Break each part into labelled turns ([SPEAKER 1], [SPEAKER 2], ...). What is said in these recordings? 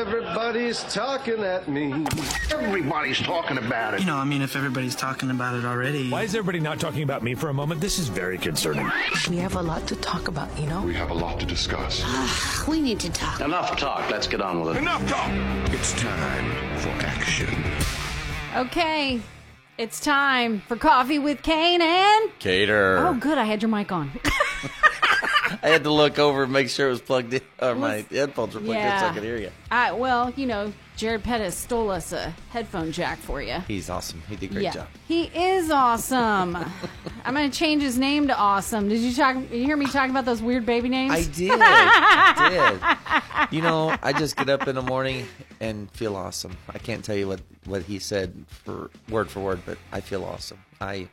[SPEAKER 1] Everybody's talking at me.
[SPEAKER 2] Everybody's talking about it.
[SPEAKER 3] You know, I mean, if everybody's talking about it already.
[SPEAKER 4] Why is everybody not talking about me for a moment? This is very concerning.
[SPEAKER 5] We have a lot to talk about, you know?
[SPEAKER 6] We have a lot to discuss.
[SPEAKER 7] we need to talk.
[SPEAKER 8] Enough talk. Let's get on with it.
[SPEAKER 2] Enough talk.
[SPEAKER 6] It's time for action.
[SPEAKER 9] Okay, it's time for coffee with Kane and.
[SPEAKER 8] Cater.
[SPEAKER 9] Oh, good, I had your mic on.
[SPEAKER 8] I had to look over and make sure it was plugged in, or my headphones were plugged in so I could hear you.
[SPEAKER 9] I, well, you know, Jared Pettis stole us a headphone jack for you.
[SPEAKER 8] He's awesome. He did a great
[SPEAKER 9] yeah,
[SPEAKER 8] job.
[SPEAKER 9] he is awesome. I'm gonna change his name to Awesome. Did you talk? You hear me talking about those weird baby names?
[SPEAKER 8] I did. I did. You know, I just get up in the morning and feel awesome. I can't tell you what, what he said for word for word, but I feel awesome. I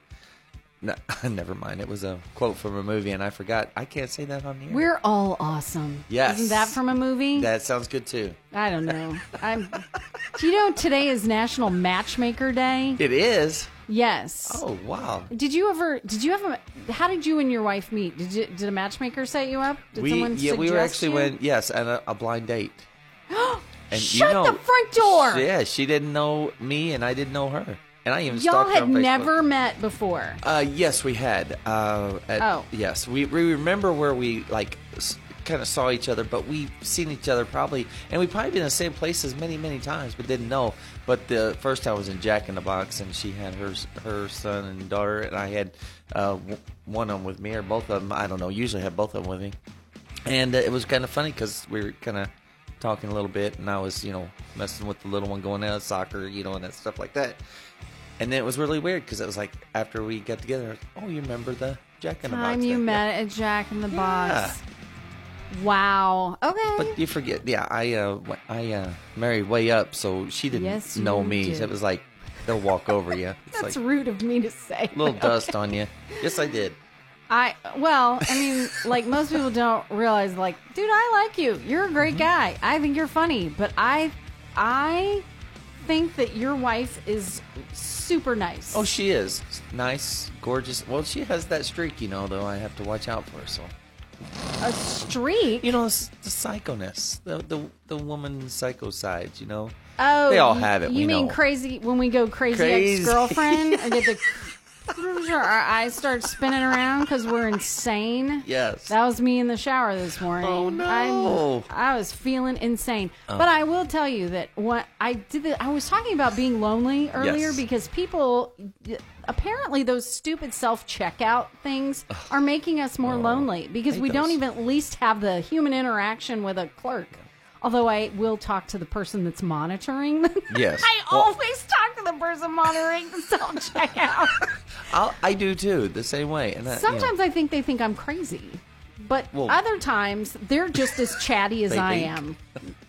[SPEAKER 8] no, never mind. It was a quote from a movie, and I forgot. I can't say that on the air.
[SPEAKER 9] We're all awesome.
[SPEAKER 8] Yes.
[SPEAKER 9] Isn't that from a movie?
[SPEAKER 8] that sounds good too.
[SPEAKER 9] I don't know. I'm. Do you know today is National Matchmaker Day?
[SPEAKER 8] It is.
[SPEAKER 9] Yes.
[SPEAKER 8] Oh wow.
[SPEAKER 9] Did you ever? Did you have a? How did you and your wife meet? Did you, did a matchmaker set you up? Did
[SPEAKER 8] we
[SPEAKER 9] someone
[SPEAKER 8] yeah we were
[SPEAKER 9] suggest
[SPEAKER 8] actually
[SPEAKER 9] you?
[SPEAKER 8] went yes and a, a blind date. and
[SPEAKER 9] Shut the front door!
[SPEAKER 8] Yeah, she didn't know me, and I didn't know her, and I even
[SPEAKER 9] Y'all
[SPEAKER 8] stalked her
[SPEAKER 9] had
[SPEAKER 8] on Facebook.
[SPEAKER 9] never met before.
[SPEAKER 8] Uh, yes, we had. Uh, at-
[SPEAKER 9] Oh.
[SPEAKER 8] Yes, we, we remember where we like s- kind of saw each other, but we've seen each other probably, and we probably been in the same places many, many times, but didn't know. But the first time was in Jack in the Box, and she had her s- her son and daughter, and I had uh, w- one of them with me, or both of them. I don't know. Usually have both of them with me, and uh, it was kind of funny because we were kind of talking a little bit, and I was you know messing with the little one, going out soccer, you know, and that stuff like that. And then it was really weird because it was like after we got together, like, oh, you remember the Jack in the Box?
[SPEAKER 9] Time you
[SPEAKER 8] thing?"
[SPEAKER 9] met at Jack in the
[SPEAKER 8] Yeah.
[SPEAKER 9] Box. Wow. Okay.
[SPEAKER 8] But you forget, yeah. I uh, w- I uh, married way up, so she didn't
[SPEAKER 9] Yes,
[SPEAKER 8] know
[SPEAKER 9] you
[SPEAKER 8] me.
[SPEAKER 9] did.
[SPEAKER 8] It was like they'll walk over you. It's
[SPEAKER 9] That's
[SPEAKER 8] like
[SPEAKER 9] rude of me to say.
[SPEAKER 8] little dust on you. Yes, I did.
[SPEAKER 9] I well, I mean, like most people don't realize, like, dude, I like you. You're a great
[SPEAKER 8] Mm-hmm.
[SPEAKER 9] guy. I think you're funny, but I, I think that your wife is super nice.
[SPEAKER 8] Oh, she is nice, gorgeous. Well, she has that streak, you know. Though I have to watch out for her. So uh,
[SPEAKER 9] a streak.
[SPEAKER 8] you know, it's the psychoness, the the the woman psycho side. You know.
[SPEAKER 9] oh,
[SPEAKER 8] they all have it.
[SPEAKER 9] You
[SPEAKER 8] we
[SPEAKER 9] mean
[SPEAKER 8] know.
[SPEAKER 9] crazy when we go crazy,
[SPEAKER 8] Crazy.
[SPEAKER 9] ex-girlfriend and get the. Our eyes start spinning around because we're insane.
[SPEAKER 8] Yes.
[SPEAKER 9] That was me in the shower this morning.
[SPEAKER 8] Oh, no. Oh.
[SPEAKER 9] I, I was feeling insane. But I will tell you that what I did, the, I was talking about being lonely earlier
[SPEAKER 8] Yes.
[SPEAKER 9] because people, apparently, those stupid self checkout things are making us more lonely because
[SPEAKER 8] Oh, hate
[SPEAKER 9] we don't
[SPEAKER 8] those.
[SPEAKER 9] even at least have the human interaction with a clerk. Although I will talk to the person that's monitoring them.
[SPEAKER 8] Yes.
[SPEAKER 9] I
[SPEAKER 8] Well-
[SPEAKER 9] always talk to the person monitoring the self checkout.
[SPEAKER 8] I'll, I do too, the same way. And that, you know,
[SPEAKER 9] Sometimes I think they think I'm crazy, but
[SPEAKER 8] Well-
[SPEAKER 9] other times they're just as chatty as
[SPEAKER 8] they
[SPEAKER 9] I
[SPEAKER 8] think-
[SPEAKER 9] am.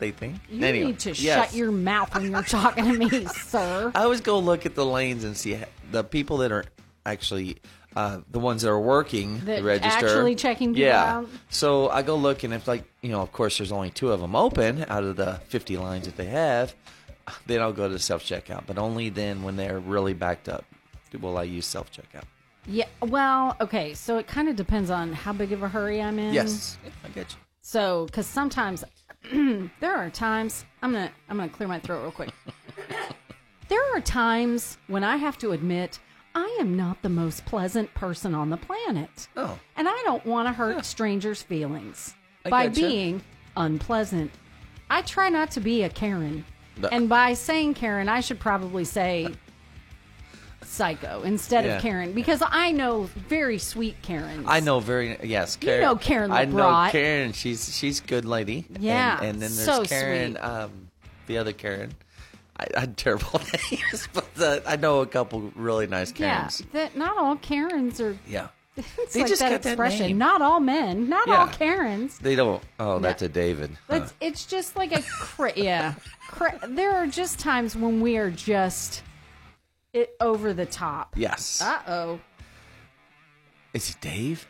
[SPEAKER 8] They think
[SPEAKER 9] You
[SPEAKER 8] Anyway,
[SPEAKER 9] need to
[SPEAKER 8] yes.
[SPEAKER 9] shut your mouth when you're talking to me, sir.
[SPEAKER 8] I always go look at the lanes and see the people that are actually uh, the ones that are working
[SPEAKER 9] That
[SPEAKER 8] the register,
[SPEAKER 9] actually checking people
[SPEAKER 8] yeah.
[SPEAKER 9] out.
[SPEAKER 8] So I go look and if like you know, of course, there's only two of them open out of the 50 lines that they have. Then I'll go to self checkout, but only then when they're really backed up will I use self checkout.
[SPEAKER 9] Yeah. Well, okay. So it kind of depends on how big of a hurry I'm in.
[SPEAKER 8] Yes, I get you.
[SPEAKER 9] So, because sometimes there are times I'm gonna I'm gonna clear my throat real quick. there are times when I have to admit I am not the most pleasant person on the planet.
[SPEAKER 8] Oh.
[SPEAKER 9] And I don't want to hurt strangers' feelings
[SPEAKER 8] I
[SPEAKER 9] by
[SPEAKER 8] gotcha.
[SPEAKER 9] being unpleasant. I try not to be a Karen.
[SPEAKER 8] No.
[SPEAKER 9] And by saying Karen, I should probably say psycho instead
[SPEAKER 8] Yeah.
[SPEAKER 9] of Karen because I know very sweet Karens.
[SPEAKER 8] I know very yes.
[SPEAKER 9] You
[SPEAKER 8] Karen,
[SPEAKER 9] know Karen
[SPEAKER 8] I know
[SPEAKER 9] LeBrot.
[SPEAKER 8] Karen. She's she's a good lady. And-
[SPEAKER 9] Yeah,
[SPEAKER 8] And, then there's
[SPEAKER 9] so
[SPEAKER 8] Karen,
[SPEAKER 9] sweet.
[SPEAKER 8] um, the other Karen. I, I'm terrible at names, but uh, I know a couple really nice Karens.
[SPEAKER 9] Yeah, that not all Karens are
[SPEAKER 8] Yeah.
[SPEAKER 9] It's
[SPEAKER 8] They
[SPEAKER 9] like
[SPEAKER 8] just
[SPEAKER 9] that
[SPEAKER 8] got that
[SPEAKER 9] expression.
[SPEAKER 8] name.
[SPEAKER 9] Not all men, not all
[SPEAKER 8] Yeah.
[SPEAKER 9] Karens.
[SPEAKER 8] They don't. Oh, that's a David. huh.
[SPEAKER 9] It's, it's just like a cra- yeah. Cra- there are just times when we are just it over the top.
[SPEAKER 8] yes.
[SPEAKER 9] Uh oh.
[SPEAKER 8] Is it Dave?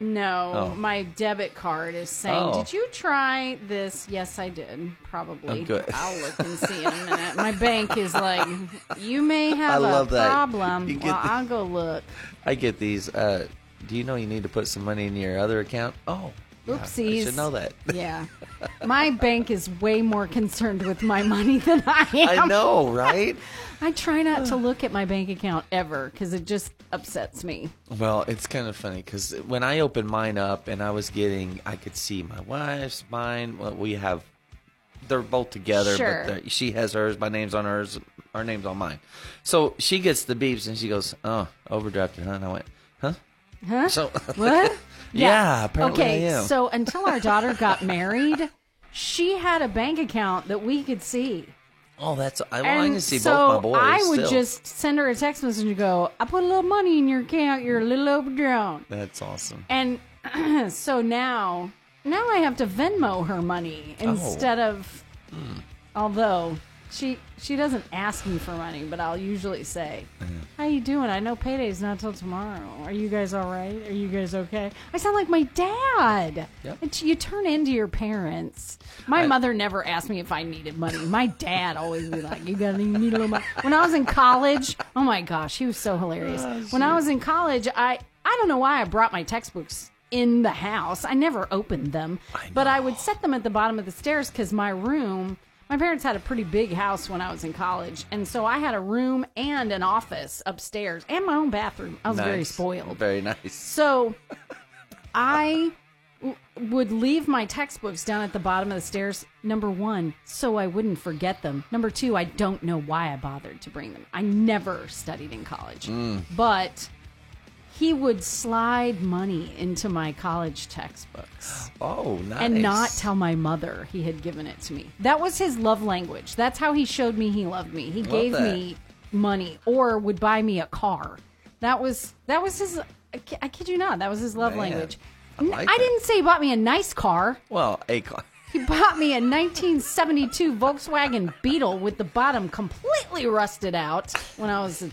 [SPEAKER 9] No,
[SPEAKER 8] Oh.
[SPEAKER 9] my debit card is saying,
[SPEAKER 8] Oh.
[SPEAKER 9] "Did you try this?" Yes, I did. Probably.
[SPEAKER 8] Oh, good.
[SPEAKER 9] I'll look and see in a minute. My bank is like, "You may have
[SPEAKER 8] love
[SPEAKER 9] a
[SPEAKER 8] that.
[SPEAKER 9] problem."
[SPEAKER 8] You get
[SPEAKER 9] Well,
[SPEAKER 8] the-
[SPEAKER 9] I'll go look.
[SPEAKER 8] I get these. Uh, do you know you need to put some money in your other account? Oh,
[SPEAKER 9] Oopsies.
[SPEAKER 8] I should know that.
[SPEAKER 9] Yeah. My bank is way more concerned with my money than I am.
[SPEAKER 8] I know, right?
[SPEAKER 9] I try not to look at my bank account ever because it just upsets me.
[SPEAKER 8] Well, it's kind of funny because when I opened mine up and I was getting, I could see my wife's, mine. Well, we have, they're both together,
[SPEAKER 9] Sure.
[SPEAKER 8] but they're- she has hers. My name's on hers. Our name's on mine. So she gets the beeps and she goes, "Oh, overdrafted, huh?" And I went, "Huh?" Huh? So
[SPEAKER 9] What?
[SPEAKER 8] Yeah, apparently
[SPEAKER 9] okay,
[SPEAKER 8] I am.
[SPEAKER 9] so until our daughter got married, she had a bank account that we could see.
[SPEAKER 8] Oh, that's I, well,
[SPEAKER 9] and
[SPEAKER 8] I can see
[SPEAKER 9] so
[SPEAKER 8] both my boys.
[SPEAKER 9] I would
[SPEAKER 8] still.
[SPEAKER 9] just send her a text message and go, I put a little money in your account. You're a little overdrawn.
[SPEAKER 8] That's awesome.
[SPEAKER 9] And so now, now I have to Venmo her money
[SPEAKER 8] Oh.
[SPEAKER 9] instead of.
[SPEAKER 8] Hmm.
[SPEAKER 9] Although she she doesn't ask me for money, but I'll usually say, "How you doing? I know payday's not till tomorrow. Are you guys all right? Are you guys okay?" I sound like my dad.
[SPEAKER 8] Yep.
[SPEAKER 9] It's, you turn into your parents. My mother never asked me if I needed money. My dad always be like, "You got to need a little money." When I was in college, oh my gosh, he was so hilarious. when I was in college, I I don't know why I brought my textbooks in the house. I never opened them, but I would set them at the bottom of the stairs because my room. My parents had a pretty big house when I was in college, and so I had a room and an office upstairs and my own bathroom. I was very
[SPEAKER 8] Nice.
[SPEAKER 9] spoiled.
[SPEAKER 8] Very nice.
[SPEAKER 9] So I w- would leave my textbooks down at the bottom of the stairs, number one, so I wouldn't forget them. Number two, I don't know why I bothered to bring them. I never studied in college. But he would slide money into my college textbooks
[SPEAKER 8] Oh, nice.
[SPEAKER 9] and not tell my mother he had given it to me. That was his love language. That's how he showed me he loved me. He gave
[SPEAKER 8] that.
[SPEAKER 9] me money or would buy me a car. That was that was his. I ki- I kid you not. That was his love
[SPEAKER 8] Man,
[SPEAKER 9] language.
[SPEAKER 8] I like
[SPEAKER 9] I
[SPEAKER 8] that.
[SPEAKER 9] didn't say he bought me a nice car.
[SPEAKER 8] Well, a car.
[SPEAKER 9] He bought me a 1972 Volkswagen Beetle with the bottom completely rusted out when I was a,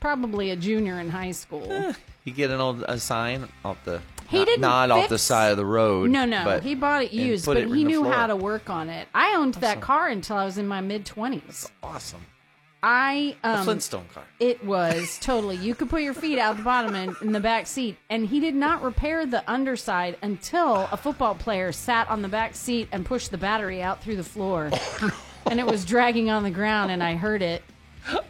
[SPEAKER 9] probably a junior in high school.
[SPEAKER 8] You get an old a sign off the
[SPEAKER 9] He
[SPEAKER 8] not,
[SPEAKER 9] didn't
[SPEAKER 8] not off the
[SPEAKER 9] fix-
[SPEAKER 8] side of the road.
[SPEAKER 9] No, no,
[SPEAKER 8] but-
[SPEAKER 9] he bought it
[SPEAKER 8] and
[SPEAKER 9] used,
[SPEAKER 8] put
[SPEAKER 9] but
[SPEAKER 8] it in
[SPEAKER 9] he
[SPEAKER 8] the
[SPEAKER 9] knew
[SPEAKER 8] floor.
[SPEAKER 9] how to work on it. I owned that car until I was in my mid 20s.
[SPEAKER 8] Awesome.
[SPEAKER 9] I
[SPEAKER 8] a
[SPEAKER 9] um,
[SPEAKER 8] Flintstone car.
[SPEAKER 9] It was totally. You could put your feet out the bottom and in the back seat. And he did not repair the underside until a football player sat on the back seat and pushed the battery out through the floor. And it was dragging on the ground, and I heard it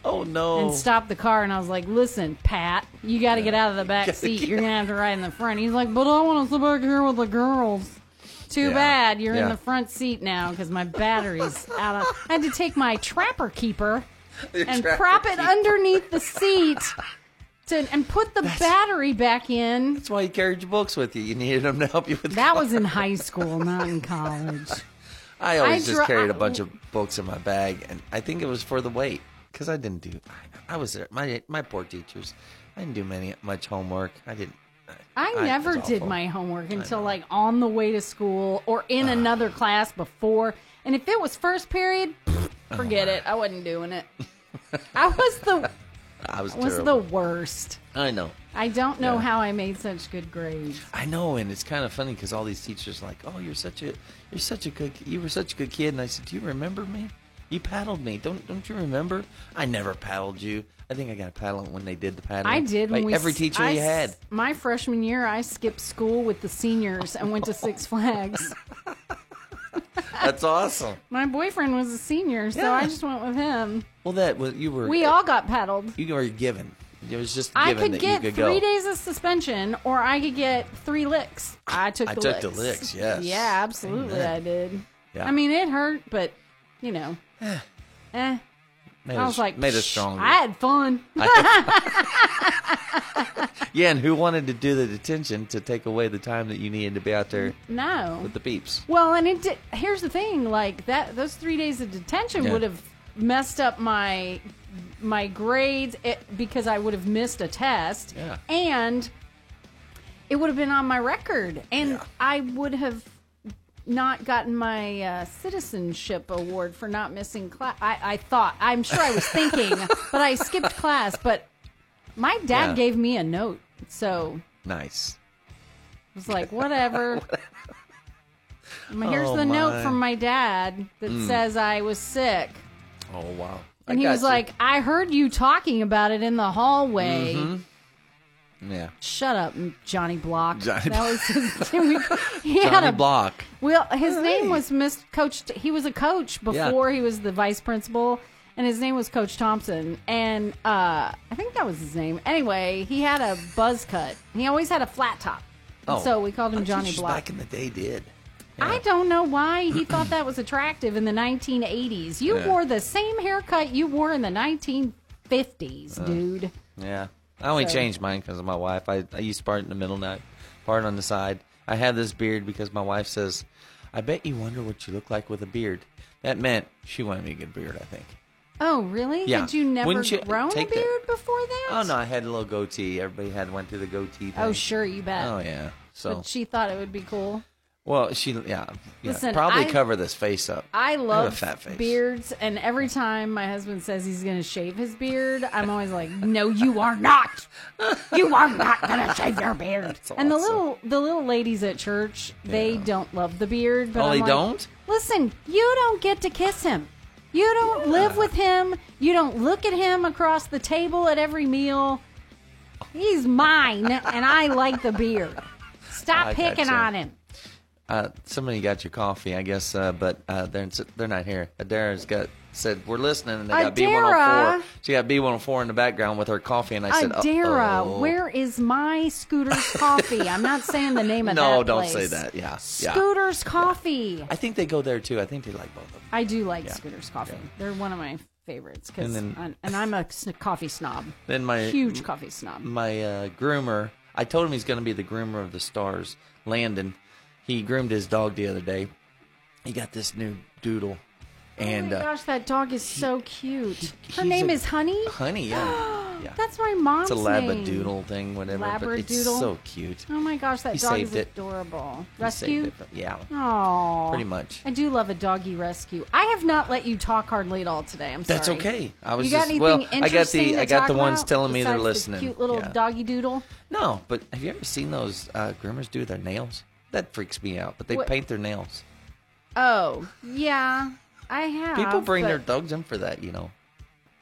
[SPEAKER 8] Oh no!
[SPEAKER 9] and stopped the car. And I was like, "Listen, Pat, you got to get out of the back seat. You're gonna have to ride in the front." He's like, "But I want to sit back here with the girls." Too
[SPEAKER 8] Yeah.
[SPEAKER 9] bad you're in
[SPEAKER 8] Yeah.
[SPEAKER 9] the front seat now because my battery's out. Of, I had to take my trapper keeper and prop it underneath the seat to and put the battery back in.
[SPEAKER 8] That's why you carried your books with you. You needed them to help you with.
[SPEAKER 9] That was in high school, not in college.
[SPEAKER 8] I always
[SPEAKER 9] I
[SPEAKER 8] just
[SPEAKER 9] dro-
[SPEAKER 8] carried a
[SPEAKER 9] I-
[SPEAKER 8] bunch of books in my bag, and I think it was for the weight because I didn't do. I, I was there. My my poor teachers. I didn't do many much homework. I didn't.
[SPEAKER 9] I
[SPEAKER 8] it
[SPEAKER 9] never
[SPEAKER 8] was
[SPEAKER 9] did
[SPEAKER 8] awful.
[SPEAKER 9] my homework until like on the way to school or in another class before. And if it was first period,
[SPEAKER 8] Oh
[SPEAKER 9] pfft, forget it. I wasn't doing it. I was the
[SPEAKER 8] I was,
[SPEAKER 9] was the
[SPEAKER 8] terrible.
[SPEAKER 9] worst.
[SPEAKER 8] I know.
[SPEAKER 9] I don't know
[SPEAKER 8] Yeah.
[SPEAKER 9] how I made such good grades.
[SPEAKER 8] I know, and it's kind of funny because all these teachers are like, "Oh, you're such a, you're such a good, you were such a good kid." And I said, "Do you remember me? You paddled me. Don't, don't you remember? I never paddled you. I think I got a paddle when they did the paddling.
[SPEAKER 9] I did.
[SPEAKER 8] Like
[SPEAKER 9] when we,
[SPEAKER 8] every
[SPEAKER 9] s-
[SPEAKER 8] teacher
[SPEAKER 9] I
[SPEAKER 8] you
[SPEAKER 9] s-
[SPEAKER 8] had.
[SPEAKER 9] My freshman year, I skipped school with the seniors and went to Six Flags.
[SPEAKER 8] That's awesome.
[SPEAKER 9] My boyfriend was a senior, so
[SPEAKER 8] Yeah.
[SPEAKER 9] I just went with him.
[SPEAKER 8] Well, that was you were.
[SPEAKER 9] We all got paddled.
[SPEAKER 8] you were given. It was just
[SPEAKER 9] I
[SPEAKER 8] given
[SPEAKER 9] could
[SPEAKER 8] that
[SPEAKER 9] get
[SPEAKER 8] you could
[SPEAKER 9] three
[SPEAKER 8] go.
[SPEAKER 9] days of suspension, or I could get three licks. I took.
[SPEAKER 8] I
[SPEAKER 9] the
[SPEAKER 8] took
[SPEAKER 9] licks.
[SPEAKER 8] the licks, yes.
[SPEAKER 9] Yeah, absolutely,
[SPEAKER 8] Amen.
[SPEAKER 9] I did.
[SPEAKER 8] Yeah.
[SPEAKER 9] I mean, it hurt, but you know, eh.
[SPEAKER 8] Made
[SPEAKER 9] I
[SPEAKER 8] us-
[SPEAKER 9] was like,
[SPEAKER 8] made us
[SPEAKER 9] "Psh,
[SPEAKER 8] stronger.
[SPEAKER 9] I had fun.
[SPEAKER 8] yeah, and who wanted to do the detention to take away the time that you needed to be out there
[SPEAKER 9] no,
[SPEAKER 8] with the beeps?
[SPEAKER 9] Well, and it did, here's the thing: like that, those three days of detention
[SPEAKER 8] Yeah.
[SPEAKER 9] would have messed up my my grades it, because I would have missed a test,
[SPEAKER 8] Yeah.
[SPEAKER 9] and it would have been on my record, and I would have not gotten my uh, citizenship award for not missing class. I, I thought I'm sure I was thinking, but I skipped class. But my dad
[SPEAKER 8] Yeah.
[SPEAKER 9] gave me a note, so
[SPEAKER 8] Nice.
[SPEAKER 9] I was like, whatever. My- Here's
[SPEAKER 8] Oh,
[SPEAKER 9] the
[SPEAKER 8] my.
[SPEAKER 9] note from my dad that says I was sick.
[SPEAKER 8] Oh wow. I
[SPEAKER 9] And he
[SPEAKER 8] got
[SPEAKER 9] was
[SPEAKER 8] you. Mm-hmm.
[SPEAKER 9] like, I heard you talking about it in the hallway.
[SPEAKER 8] Yeah.
[SPEAKER 9] Shut up, Johnny Block.
[SPEAKER 8] Johnny
[SPEAKER 9] that was his, he had
[SPEAKER 8] Johnny
[SPEAKER 9] a
[SPEAKER 8] Block.
[SPEAKER 9] Well, his name was Miss Coach. He was a coach
[SPEAKER 8] Yeah.
[SPEAKER 9] before he was the vice principal, and his name was Coach Thompson. And uh, I think that was his name. Anyway, he had a buzz cut. He always had a flat top.
[SPEAKER 8] Oh.
[SPEAKER 9] And So we called him
[SPEAKER 8] Our
[SPEAKER 9] Johnny
[SPEAKER 8] teachers
[SPEAKER 9] Block.
[SPEAKER 8] Back in the day, did.
[SPEAKER 9] I don't know why he thought that was attractive in the 1980s. You wore the same haircut you wore in the 1950s,
[SPEAKER 8] Uh.
[SPEAKER 9] dude.
[SPEAKER 8] Yeah. I only changed mine because of my wife. I, I used part in the middle, not part on the side. I had this beard because my wife says, I bet you wonder what you look like with a beard. That meant she wanted me to get a beard, I think.
[SPEAKER 9] Oh, really?
[SPEAKER 8] Yeah.
[SPEAKER 9] Had you never
[SPEAKER 8] Wouldn't you
[SPEAKER 9] grown a
[SPEAKER 8] take
[SPEAKER 9] beard
[SPEAKER 8] that-
[SPEAKER 9] before that?
[SPEAKER 8] Oh, no, I had a little goatee. Everybody had went through the goatee thing.
[SPEAKER 9] Oh, sure, you bet.
[SPEAKER 8] Oh, yeah. So,
[SPEAKER 9] But she thought it would be cool.
[SPEAKER 8] well, she, yeah. yeah
[SPEAKER 9] Listen,
[SPEAKER 8] probably
[SPEAKER 9] I-
[SPEAKER 8] cover this face up.
[SPEAKER 9] I
[SPEAKER 8] have a
[SPEAKER 9] love
[SPEAKER 8] fat face.
[SPEAKER 9] beards, and every time my husband says he's going to shave his beard, I'm always like, "No, you are not. You are not going to shave your beard." And the
[SPEAKER 8] awesome.
[SPEAKER 9] little the little ladies at church, they don't love the beard. But
[SPEAKER 8] Oh,
[SPEAKER 9] I'm
[SPEAKER 8] they
[SPEAKER 9] like,
[SPEAKER 8] don't?
[SPEAKER 9] Listen, you don't get to kiss him. You don't live with him. You don't look at him across the table at every meal. He's mine, and I like the beard. Stop
[SPEAKER 8] I
[SPEAKER 9] picking
[SPEAKER 8] gotcha.
[SPEAKER 9] on him.
[SPEAKER 8] Uh, somebody got your coffee, I guess, uh, but uh, they're they're not here. Adara's got said we're listening, and they got B one hundred
[SPEAKER 9] Adara?
[SPEAKER 8] four. She got B one hundred four in the background with her coffee, and I said,
[SPEAKER 9] Adara,
[SPEAKER 8] "Uh-oh."
[SPEAKER 9] where is my Scooter's coffee? I'm not saying the name of that
[SPEAKER 8] No, don't
[SPEAKER 9] place.
[SPEAKER 8] say that. Yeah, yeah.
[SPEAKER 9] Scooter's coffee.
[SPEAKER 8] I think they go there too. I think they like both of them.
[SPEAKER 9] I do like Scooter's coffee. They're one of my favorites 'cause-
[SPEAKER 8] And
[SPEAKER 9] and,
[SPEAKER 8] then-
[SPEAKER 9] and I'm a sn- coffee snob.
[SPEAKER 8] Then my-
[SPEAKER 9] huge coffee snob.
[SPEAKER 8] my uh, groomer. I told him he's going to be the groomer of the stars, Landon. He groomed his dog the other day. He got this new doodle, and
[SPEAKER 9] oh my
[SPEAKER 8] uh,
[SPEAKER 9] gosh, that dog is so cute.
[SPEAKER 8] he-
[SPEAKER 9] Her
[SPEAKER 8] he's
[SPEAKER 9] name
[SPEAKER 8] a-
[SPEAKER 9] is Honey.
[SPEAKER 8] honey, yeah, yeah.
[SPEAKER 9] That's my mom's
[SPEAKER 8] it's a
[SPEAKER 9] name.
[SPEAKER 8] labradoodle thing, whatever. But it's
[SPEAKER 9] Labradoodle?
[SPEAKER 8] so cute.
[SPEAKER 9] Oh my gosh, that
[SPEAKER 8] He
[SPEAKER 9] dog
[SPEAKER 8] saved
[SPEAKER 9] is
[SPEAKER 8] it.
[SPEAKER 9] adorable.
[SPEAKER 8] He saved
[SPEAKER 9] Rescue.
[SPEAKER 8] it, but yeah.
[SPEAKER 9] Oh,
[SPEAKER 8] Pretty much.
[SPEAKER 9] I do love a doggy rescue. I have not let you talk hardly at all today. I'm sorry.
[SPEAKER 8] That's okay. I was
[SPEAKER 9] you got
[SPEAKER 8] just-
[SPEAKER 9] anything
[SPEAKER 8] well, I got the-
[SPEAKER 9] interesting to
[SPEAKER 8] I got
[SPEAKER 9] talk
[SPEAKER 8] the ones
[SPEAKER 9] about
[SPEAKER 8] telling me they're
[SPEAKER 9] besides the
[SPEAKER 8] listening.
[SPEAKER 9] Cute little
[SPEAKER 8] Yeah.
[SPEAKER 9] doggy doodle.
[SPEAKER 8] No, but have you ever seen those uh, groomers do their nails? That freaks me out. But they
[SPEAKER 9] What-
[SPEAKER 8] paint their nails.
[SPEAKER 9] Oh yeah, I have.
[SPEAKER 8] People bring
[SPEAKER 9] but
[SPEAKER 8] their dogs in for that, you know.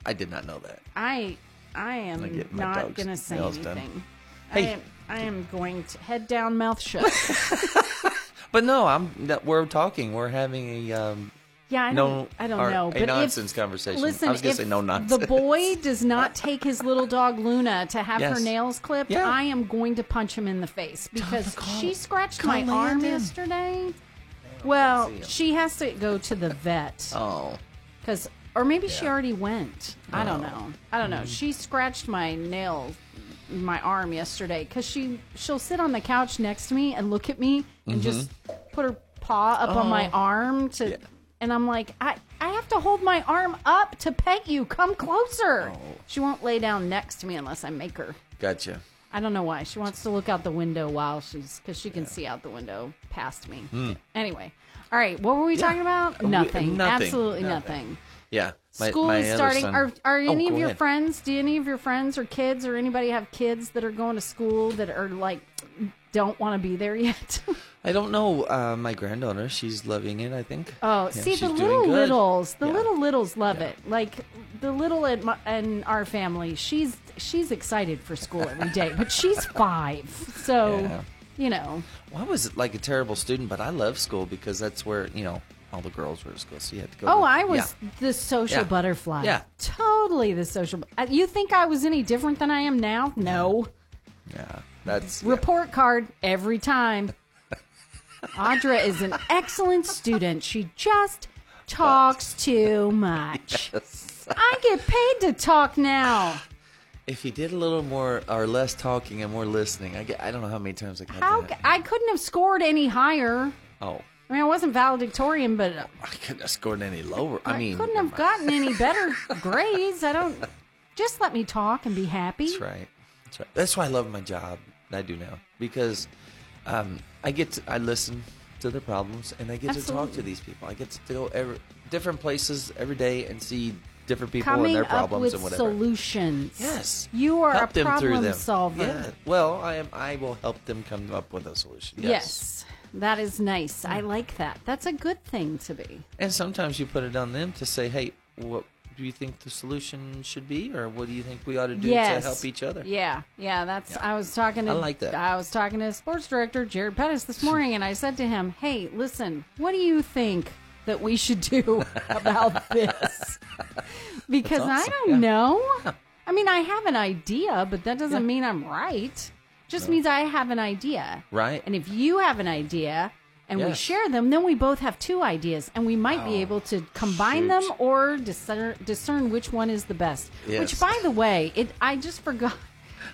[SPEAKER 8] I did not know that.
[SPEAKER 9] I I
[SPEAKER 8] I
[SPEAKER 9] am
[SPEAKER 8] get my
[SPEAKER 9] not
[SPEAKER 8] dog's
[SPEAKER 9] gonna say
[SPEAKER 8] nails done.
[SPEAKER 9] anything. I
[SPEAKER 8] Hey.
[SPEAKER 9] am, I am going to head down, mouth shut.
[SPEAKER 8] But no, I'm. That we're talking. We're having a. Um,
[SPEAKER 9] Yeah, I don't,
[SPEAKER 8] No,
[SPEAKER 9] I don't
[SPEAKER 8] or
[SPEAKER 9] know.
[SPEAKER 8] a
[SPEAKER 9] but if-
[SPEAKER 8] nonsense conversation. I
[SPEAKER 9] Listen,
[SPEAKER 8] was gonna
[SPEAKER 9] if
[SPEAKER 8] say no nonsense.
[SPEAKER 9] The boy does not take his little dog Luna to have
[SPEAKER 8] Yes.
[SPEAKER 9] her nails clipped.
[SPEAKER 8] Yeah.
[SPEAKER 9] I am going to punch him in the face because
[SPEAKER 8] call-
[SPEAKER 9] she scratched
[SPEAKER 8] call
[SPEAKER 9] my arm
[SPEAKER 8] Landon.
[SPEAKER 9] yesterday. Well, she has to go to the vet
[SPEAKER 8] oh,
[SPEAKER 9] because, or maybe she already went. I don't know. I don't
[SPEAKER 8] Mm-hmm.
[SPEAKER 9] know. She scratched my nail, my arm yesterday because she she'll sit on the couch next to me and look at me and just
[SPEAKER 8] Mm-hmm.
[SPEAKER 9] put her paw up on
[SPEAKER 8] Oh.
[SPEAKER 9] my arm to, and I'm like, I I have to hold my arm up to pet you. Come closer.
[SPEAKER 8] Oh.
[SPEAKER 9] She won't lay down next to me unless I make her.
[SPEAKER 8] gotcha.
[SPEAKER 9] I don't know why. She wants to look out the window while she's because she can see out the window past me. Anyway, all right. What were we talking about?
[SPEAKER 8] Hmm. We-
[SPEAKER 9] Nothing.
[SPEAKER 8] nothing,
[SPEAKER 9] Absolutely
[SPEAKER 8] nothing.
[SPEAKER 9] nothing.
[SPEAKER 8] Yeah. my-
[SPEAKER 9] School
[SPEAKER 8] my
[SPEAKER 9] is
[SPEAKER 8] other
[SPEAKER 9] starting.
[SPEAKER 8] son-
[SPEAKER 9] Are are
[SPEAKER 8] Oh,
[SPEAKER 9] any
[SPEAKER 8] go
[SPEAKER 9] of your
[SPEAKER 8] ahead.
[SPEAKER 9] friends? Do any of your friends or kids or anybody have kids that are going to school that are like don't want to be there yet?
[SPEAKER 8] I don't know. Uh, my granddaughter, she's loving it. I think.
[SPEAKER 9] Oh,
[SPEAKER 8] Yeah,
[SPEAKER 9] see
[SPEAKER 8] she's
[SPEAKER 9] the
[SPEAKER 8] doing
[SPEAKER 9] little
[SPEAKER 8] good.
[SPEAKER 9] littles, the
[SPEAKER 8] Yeah.
[SPEAKER 9] little littles love it. Like the little in, my, in our family, she's she's excited for school every day, but she's five, so
[SPEAKER 8] Yeah.
[SPEAKER 9] you know.
[SPEAKER 8] Well, I was like a terrible student, but I love school because that's where you know all the girls were at school. So you had to go.
[SPEAKER 9] Oh,
[SPEAKER 8] to-
[SPEAKER 9] I was
[SPEAKER 8] yeah.
[SPEAKER 9] the social
[SPEAKER 8] Yeah.
[SPEAKER 9] butterfly.
[SPEAKER 8] Yeah.
[SPEAKER 9] totally the social. bu- uh, You think I was any different than I am now? No.
[SPEAKER 8] Yeah, that's yeah.
[SPEAKER 9] Report card every time. Audra is an excellent student. She just talks too much. I get paid to talk now.
[SPEAKER 8] If you did a little more or less talking and more listening, I get, I don't know how many times I got
[SPEAKER 9] How
[SPEAKER 8] that.
[SPEAKER 9] I couldn't have scored any higher.
[SPEAKER 8] oh,
[SPEAKER 9] I mean, I wasn't valedictorian, but I,
[SPEAKER 8] I couldn't have scored any lower. I, mean,
[SPEAKER 9] couldn't have gotten any better grades. I don't. Just let me talk and be happy.
[SPEAKER 8] That's right. That's right. That's why I love my job. that I do now because um, I get to, I listen to their problems and I get to talk to
[SPEAKER 9] Absolutely.
[SPEAKER 8] these people. I get to go every, different places every day and see different people
[SPEAKER 9] Coming
[SPEAKER 8] and their
[SPEAKER 9] up
[SPEAKER 8] problems
[SPEAKER 9] with
[SPEAKER 8] and whatever.
[SPEAKER 9] solutions.
[SPEAKER 8] Yes,
[SPEAKER 9] you are
[SPEAKER 8] help
[SPEAKER 9] a
[SPEAKER 8] them through
[SPEAKER 9] problem
[SPEAKER 8] them.
[SPEAKER 9] solver.
[SPEAKER 8] Yeah. Well, I am. I will help them come up with a solution.
[SPEAKER 9] Yes. that is nice. I like that. That's a good thing to be.
[SPEAKER 8] And sometimes you put it on them to say, "Hey, what do you think the solution should be, or what do you think we ought to do
[SPEAKER 9] Yes.
[SPEAKER 8] to help each other?
[SPEAKER 9] Yeah, yeah. That's. I was talking to.
[SPEAKER 8] I like that.
[SPEAKER 9] I was talking to sports director Jared Pettis this morning, and I said to him, "Hey, listen, what do you think that we should do about this? Because I
[SPEAKER 8] awesome,
[SPEAKER 9] don't
[SPEAKER 8] yeah.
[SPEAKER 9] know. I mean, I have an idea, but that doesn't mean I'm right. Just means I have an idea,
[SPEAKER 8] Right.
[SPEAKER 9] And if you have an idea." And we
[SPEAKER 8] Yes. Oh,
[SPEAKER 9] share them, then we both have two ideas, and we might be able to combine them
[SPEAKER 8] shoot.
[SPEAKER 9] or discern, discern which one is the best.
[SPEAKER 8] Yes.
[SPEAKER 9] Which, by the way, it I just forgot.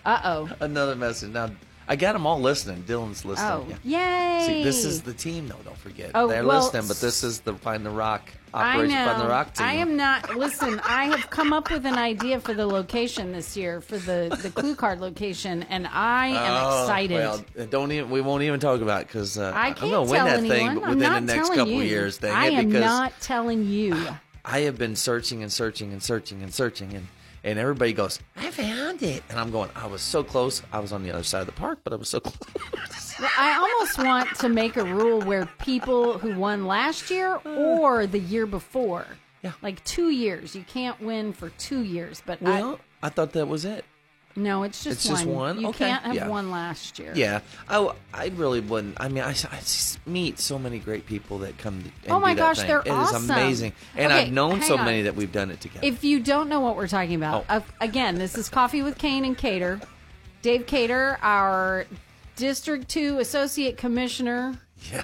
[SPEAKER 9] Uh oh.
[SPEAKER 8] Another message. Now, I got them all listening. Dylan's listening.
[SPEAKER 9] Oh,
[SPEAKER 8] yeah.
[SPEAKER 9] yay!
[SPEAKER 8] See, this is the team, though. Don't forget,
[SPEAKER 9] Oh,
[SPEAKER 8] they're
[SPEAKER 9] well,
[SPEAKER 8] listening. But this is the Find the Rock
[SPEAKER 9] I
[SPEAKER 8] Operation
[SPEAKER 9] know.
[SPEAKER 8] Find the Rock team.
[SPEAKER 9] I am not. Listen, I have come up with an idea for the location this year for the the clue card location, and I am
[SPEAKER 8] Oh,
[SPEAKER 9] excited.
[SPEAKER 8] Well, don't even. We won't even talk about because uh,
[SPEAKER 9] I
[SPEAKER 8] I'm
[SPEAKER 9] can't
[SPEAKER 8] gonna win
[SPEAKER 9] tell
[SPEAKER 8] that
[SPEAKER 9] anyone.
[SPEAKER 8] thing
[SPEAKER 9] I'm
[SPEAKER 8] within
[SPEAKER 9] not
[SPEAKER 8] the next
[SPEAKER 9] telling
[SPEAKER 8] couple
[SPEAKER 9] you.
[SPEAKER 8] years. Dang
[SPEAKER 9] I
[SPEAKER 8] it!
[SPEAKER 9] am
[SPEAKER 8] Because
[SPEAKER 9] not telling you.
[SPEAKER 8] I have been searching and searching and searching and searching and and everybody goes, I found it, and I'm going, I was so close. I was on the other side of the park, but I was so close.
[SPEAKER 9] I almost want to make a rule where people who won last year or the year before,
[SPEAKER 8] Yeah.
[SPEAKER 9] like two years, you can't win for two years. But I,
[SPEAKER 8] well, I thought that was it.
[SPEAKER 9] No, it's just
[SPEAKER 8] It's
[SPEAKER 9] one.
[SPEAKER 8] just one?
[SPEAKER 9] You
[SPEAKER 8] Okay.
[SPEAKER 9] can't have
[SPEAKER 8] Yeah.
[SPEAKER 9] one last year.
[SPEAKER 8] Yeah, I, w- I really wouldn't. I mean, I, s- I s- meet so many great people that come. To, and
[SPEAKER 9] Oh my
[SPEAKER 8] do that
[SPEAKER 9] gosh,
[SPEAKER 8] thing.
[SPEAKER 9] they're
[SPEAKER 8] It is
[SPEAKER 9] awesome.
[SPEAKER 8] amazing, and
[SPEAKER 9] Okay,
[SPEAKER 8] I've known
[SPEAKER 9] hang
[SPEAKER 8] so
[SPEAKER 9] on.
[SPEAKER 8] many that we've done it together.
[SPEAKER 9] If you don't know what we're talking about,
[SPEAKER 8] Oh.
[SPEAKER 9] uh, again, this is Coffee with Kane and Cater. Dave Cater, our District 2 Associate Commissioner,
[SPEAKER 8] yeah,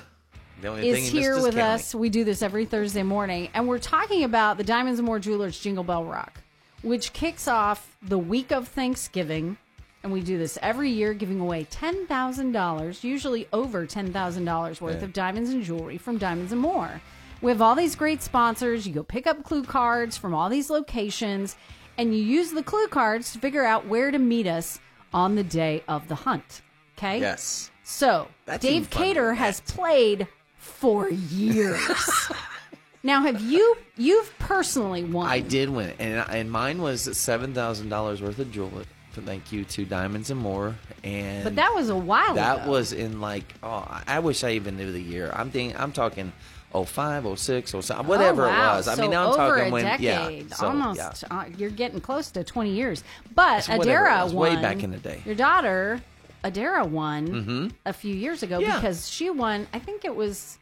[SPEAKER 8] the only
[SPEAKER 9] is
[SPEAKER 8] he missed
[SPEAKER 9] here with
[SPEAKER 8] counting.
[SPEAKER 9] us. We do this every Thursday morning, and we're talking about the Diamonds and More Jewelers Jingle Bell Rock, which kicks off the week of Thanksgiving. And we do this every year, giving away ten thousand dollars, usually over ten thousand dollars worth of diamonds and jewelry from Diamonds and More. We have all these great sponsors. You go pick up clue cards from all these locations, and you use the clue cards to figure out where to meet us on the day of the hunt. Okay.
[SPEAKER 8] Yes.
[SPEAKER 9] So
[SPEAKER 8] That's even
[SPEAKER 9] Dave
[SPEAKER 8] funnier
[SPEAKER 9] Cater
[SPEAKER 8] than
[SPEAKER 9] has played for years. now, have you you've personally won?
[SPEAKER 8] I did win, it, and and mine was seven thousand dollars worth of jewelry. Thank you to Diamonds and More, and
[SPEAKER 9] but that was a while.
[SPEAKER 8] that
[SPEAKER 9] ago.
[SPEAKER 8] was in like oh, I- I wish I even knew the year. I'm thinking, I'm talking. 05, 06, 07, Uh, whatever
[SPEAKER 9] Oh, wow.
[SPEAKER 8] it was. I
[SPEAKER 9] So
[SPEAKER 8] mean, now I'm
[SPEAKER 9] over
[SPEAKER 8] talking
[SPEAKER 9] a
[SPEAKER 8] when,
[SPEAKER 9] decade,
[SPEAKER 8] yeah, so,
[SPEAKER 9] almost.
[SPEAKER 8] yeah.
[SPEAKER 9] Uh, you're getting close to 20 years. But
[SPEAKER 8] It's whatever it
[SPEAKER 9] Adara
[SPEAKER 8] was, way
[SPEAKER 9] won
[SPEAKER 8] back in the day. Mm-hmm.
[SPEAKER 9] Your daughter Adara won a few years ago
[SPEAKER 8] Yeah.
[SPEAKER 9] because she won. I think it was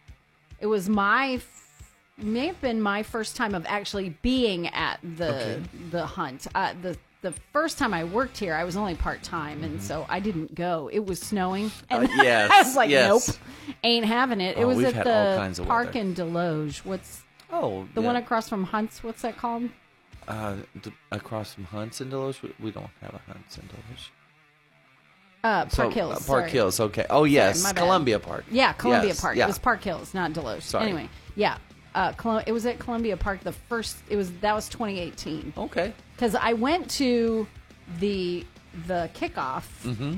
[SPEAKER 9] it was my f- may have been my first time of actually being at the the hunt. Uh, the the first time I worked here, I was only part time, and so I didn't go. It was snowing, and
[SPEAKER 8] Mm-hmm. Uh, yes,
[SPEAKER 9] I was like,
[SPEAKER 8] yes.
[SPEAKER 9] "Nope, ain't having it." It
[SPEAKER 8] Oh,
[SPEAKER 9] was
[SPEAKER 8] we've
[SPEAKER 9] at
[SPEAKER 8] had
[SPEAKER 9] the
[SPEAKER 8] all kinds of
[SPEAKER 9] park
[SPEAKER 8] weather.
[SPEAKER 9] in Deloge. What's
[SPEAKER 8] Oh,
[SPEAKER 9] the
[SPEAKER 8] yeah.
[SPEAKER 9] one across from Hunt's, what's that called?
[SPEAKER 8] uh, d- across from Hunts and Deloge. We, we don't have a Hunts and Deloge.
[SPEAKER 9] Uh, Park
[SPEAKER 8] So,
[SPEAKER 9] Hills.
[SPEAKER 8] uh, Park
[SPEAKER 9] sorry.
[SPEAKER 8] Hills. Okay. Oh yes,
[SPEAKER 9] my bad.
[SPEAKER 8] Columbia Park.
[SPEAKER 9] Yeah, Columbia
[SPEAKER 8] Yes,
[SPEAKER 9] Park.
[SPEAKER 8] Yeah.
[SPEAKER 9] It was Park Hills, not Deloge.
[SPEAKER 8] Sorry.
[SPEAKER 9] Anyway, yeah. Uh, Col- it was at Columbia Park the first. It was that was 2018
[SPEAKER 8] Okay.
[SPEAKER 9] because I went to the the kickoff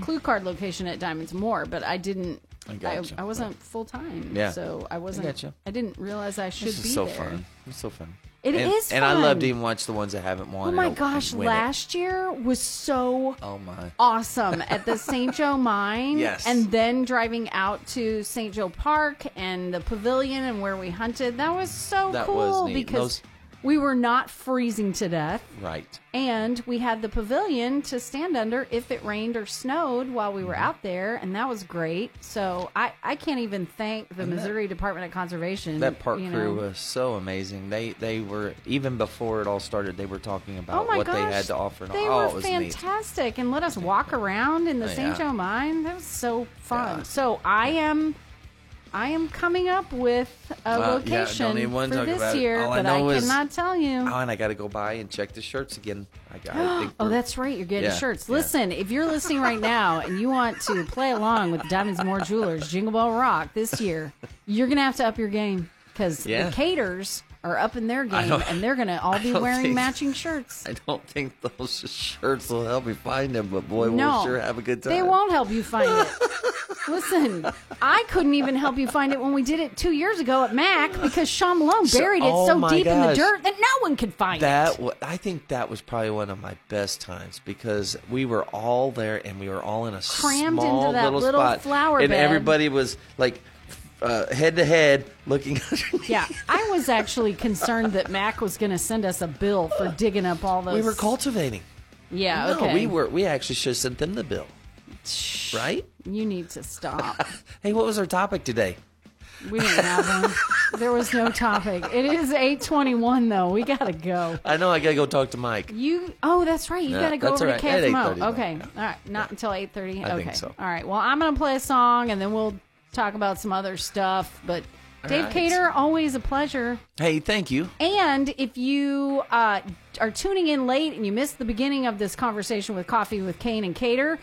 [SPEAKER 9] clue card location at Diamonds Moore, but I didn't.
[SPEAKER 8] Mm-hmm. I gotcha.
[SPEAKER 9] I, wasn't full time.
[SPEAKER 8] Yeah.
[SPEAKER 9] So I wasn't.
[SPEAKER 8] gotcha.
[SPEAKER 9] I didn't realize I should
[SPEAKER 8] This
[SPEAKER 9] be
[SPEAKER 8] is so
[SPEAKER 9] there.
[SPEAKER 8] fun. It's so fun.
[SPEAKER 9] It
[SPEAKER 8] It is. and,
[SPEAKER 9] is
[SPEAKER 8] And I love to
[SPEAKER 9] fun.
[SPEAKER 8] even watch the ones that haven't won.
[SPEAKER 9] Oh
[SPEAKER 8] and
[SPEAKER 9] my
[SPEAKER 8] don't- and
[SPEAKER 9] gosh!
[SPEAKER 8] win it.
[SPEAKER 9] Last year was so
[SPEAKER 8] Oh my.
[SPEAKER 9] awesome at the St. Joe Mine.
[SPEAKER 8] Yes.
[SPEAKER 9] And then driving out to St. Joe Park and the pavilion and where we hunted. That was so
[SPEAKER 8] That
[SPEAKER 9] cool
[SPEAKER 8] was neat.
[SPEAKER 9] because
[SPEAKER 8] Those-
[SPEAKER 9] we were not freezing to death.
[SPEAKER 8] Right.
[SPEAKER 9] And we had the pavilion to stand under if it rained or snowed while we
[SPEAKER 8] Mm-hmm.
[SPEAKER 9] were out there, and that was great. So I, I can't even thank the Missouri Department of Conservation.
[SPEAKER 8] That park
[SPEAKER 9] you
[SPEAKER 8] crew
[SPEAKER 9] know.
[SPEAKER 8] was so amazing. They they were even before it all started. They were talking about
[SPEAKER 9] Oh my
[SPEAKER 8] what
[SPEAKER 9] gosh,
[SPEAKER 8] they had to offer. And
[SPEAKER 9] They
[SPEAKER 8] all. oh,
[SPEAKER 9] were
[SPEAKER 8] it was neat.
[SPEAKER 9] fantastic and let us walk around in the
[SPEAKER 8] Yeah.
[SPEAKER 9] St. Joe Mine. That was so fun.
[SPEAKER 8] Yeah.
[SPEAKER 9] So I am, I am coming up with a
[SPEAKER 8] Well, yeah, don't
[SPEAKER 9] location
[SPEAKER 8] even
[SPEAKER 9] for
[SPEAKER 8] talk
[SPEAKER 9] this
[SPEAKER 8] about it.
[SPEAKER 9] year,
[SPEAKER 8] All I
[SPEAKER 9] but I,
[SPEAKER 8] know is-
[SPEAKER 9] cannot tell you.
[SPEAKER 8] Oh, and I got to go by and check the shirts again. I got. I think
[SPEAKER 9] Oh,
[SPEAKER 8] we're-
[SPEAKER 9] that's right. You're getting
[SPEAKER 8] Yeah,
[SPEAKER 9] shirts.
[SPEAKER 8] yeah.
[SPEAKER 9] Listen, if you're listening right now and you want to play along with the Diamonds and More Jewelers Jingle Bell Rock this year, you're going to have to up your game because
[SPEAKER 8] Yeah.
[SPEAKER 9] the caters are up in their game
[SPEAKER 8] don't-
[SPEAKER 9] and they're going to all be
[SPEAKER 8] don't
[SPEAKER 9] wearing
[SPEAKER 8] think-
[SPEAKER 9] matching shirts.
[SPEAKER 8] I don't think those shirts will help me find them, but boy, we'll sure have a good time.
[SPEAKER 9] They won't help you find it. Listen, I couldn't even help you find it when we did it two years ago at Mac because Sean Malone
[SPEAKER 8] So-
[SPEAKER 9] buried
[SPEAKER 8] oh
[SPEAKER 9] it so
[SPEAKER 8] my
[SPEAKER 9] deep in the
[SPEAKER 8] gosh.
[SPEAKER 9] dirt that no one could find
[SPEAKER 8] That
[SPEAKER 9] it.
[SPEAKER 8] wa- I think that was probably one of my best times because we were all there and we were all in a
[SPEAKER 9] Crammed into
[SPEAKER 8] small
[SPEAKER 9] that
[SPEAKER 8] little,
[SPEAKER 9] little
[SPEAKER 8] spot,
[SPEAKER 9] flower
[SPEAKER 8] and
[SPEAKER 9] bed.
[SPEAKER 8] everybody was like. uh, head to head looking underneath.
[SPEAKER 9] Yeah, I was actually concerned that Mac was going to send us a bill for digging up all those.
[SPEAKER 8] We were cultivating.
[SPEAKER 9] Yeah,
[SPEAKER 8] No,
[SPEAKER 9] okay.
[SPEAKER 8] we were. We actually should have sent them the bill, right?
[SPEAKER 9] You need to stop.
[SPEAKER 8] Hey, what was our topic today?
[SPEAKER 9] We didn't have one. There was no topic. It is eight twenty-one though. We gotta go.
[SPEAKER 8] I know I gotta go talk to Mike.
[SPEAKER 9] You. Oh, that's right. You
[SPEAKER 8] Yeah,
[SPEAKER 9] gotta go
[SPEAKER 8] that's
[SPEAKER 9] over
[SPEAKER 8] all
[SPEAKER 9] to
[SPEAKER 8] right. At
[SPEAKER 9] KFMO.
[SPEAKER 8] 8:30, though.
[SPEAKER 9] Okay.
[SPEAKER 8] Yeah.
[SPEAKER 9] All right. Not until eight thirty.
[SPEAKER 8] I
[SPEAKER 9] Okay.
[SPEAKER 8] think so.
[SPEAKER 9] All right. Well, I'm gonna play a song and then we'll talk about some other stuff. But Dave
[SPEAKER 8] right.
[SPEAKER 9] Cater, always a pleasure.
[SPEAKER 8] Hey, thank you.
[SPEAKER 9] And if you uh, are tuning in late and you missed the beginning of this conversation with Coffee with Kane and Cater,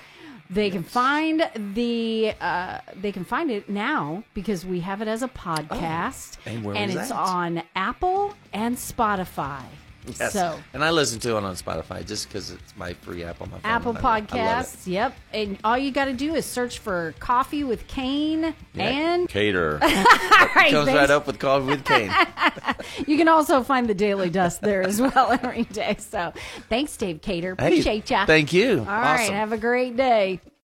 [SPEAKER 9] they can find the uh, they can find it now because we have it as a podcast,
[SPEAKER 8] Oh, and where is
[SPEAKER 9] it's
[SPEAKER 8] that?
[SPEAKER 9] on Apple and Spotify.
[SPEAKER 8] Yes.
[SPEAKER 9] So
[SPEAKER 8] and I listen to it on Spotify just because it's my free app on my phone.
[SPEAKER 9] Apple
[SPEAKER 8] and I lo- I love it.
[SPEAKER 9] Podcasts, yep. And all you got to do is search for Coffee with Kane and
[SPEAKER 1] Cater.
[SPEAKER 9] all right,
[SPEAKER 8] Comes
[SPEAKER 9] thanks.
[SPEAKER 8] right up with Coffee with Kane.
[SPEAKER 9] You can also find the Daily Dust there as well every day. So thanks, Dave Cater.
[SPEAKER 8] Hey,
[SPEAKER 9] Appreciate ya.
[SPEAKER 8] Thank you.
[SPEAKER 9] All right,
[SPEAKER 8] awesome.
[SPEAKER 9] Have a great day.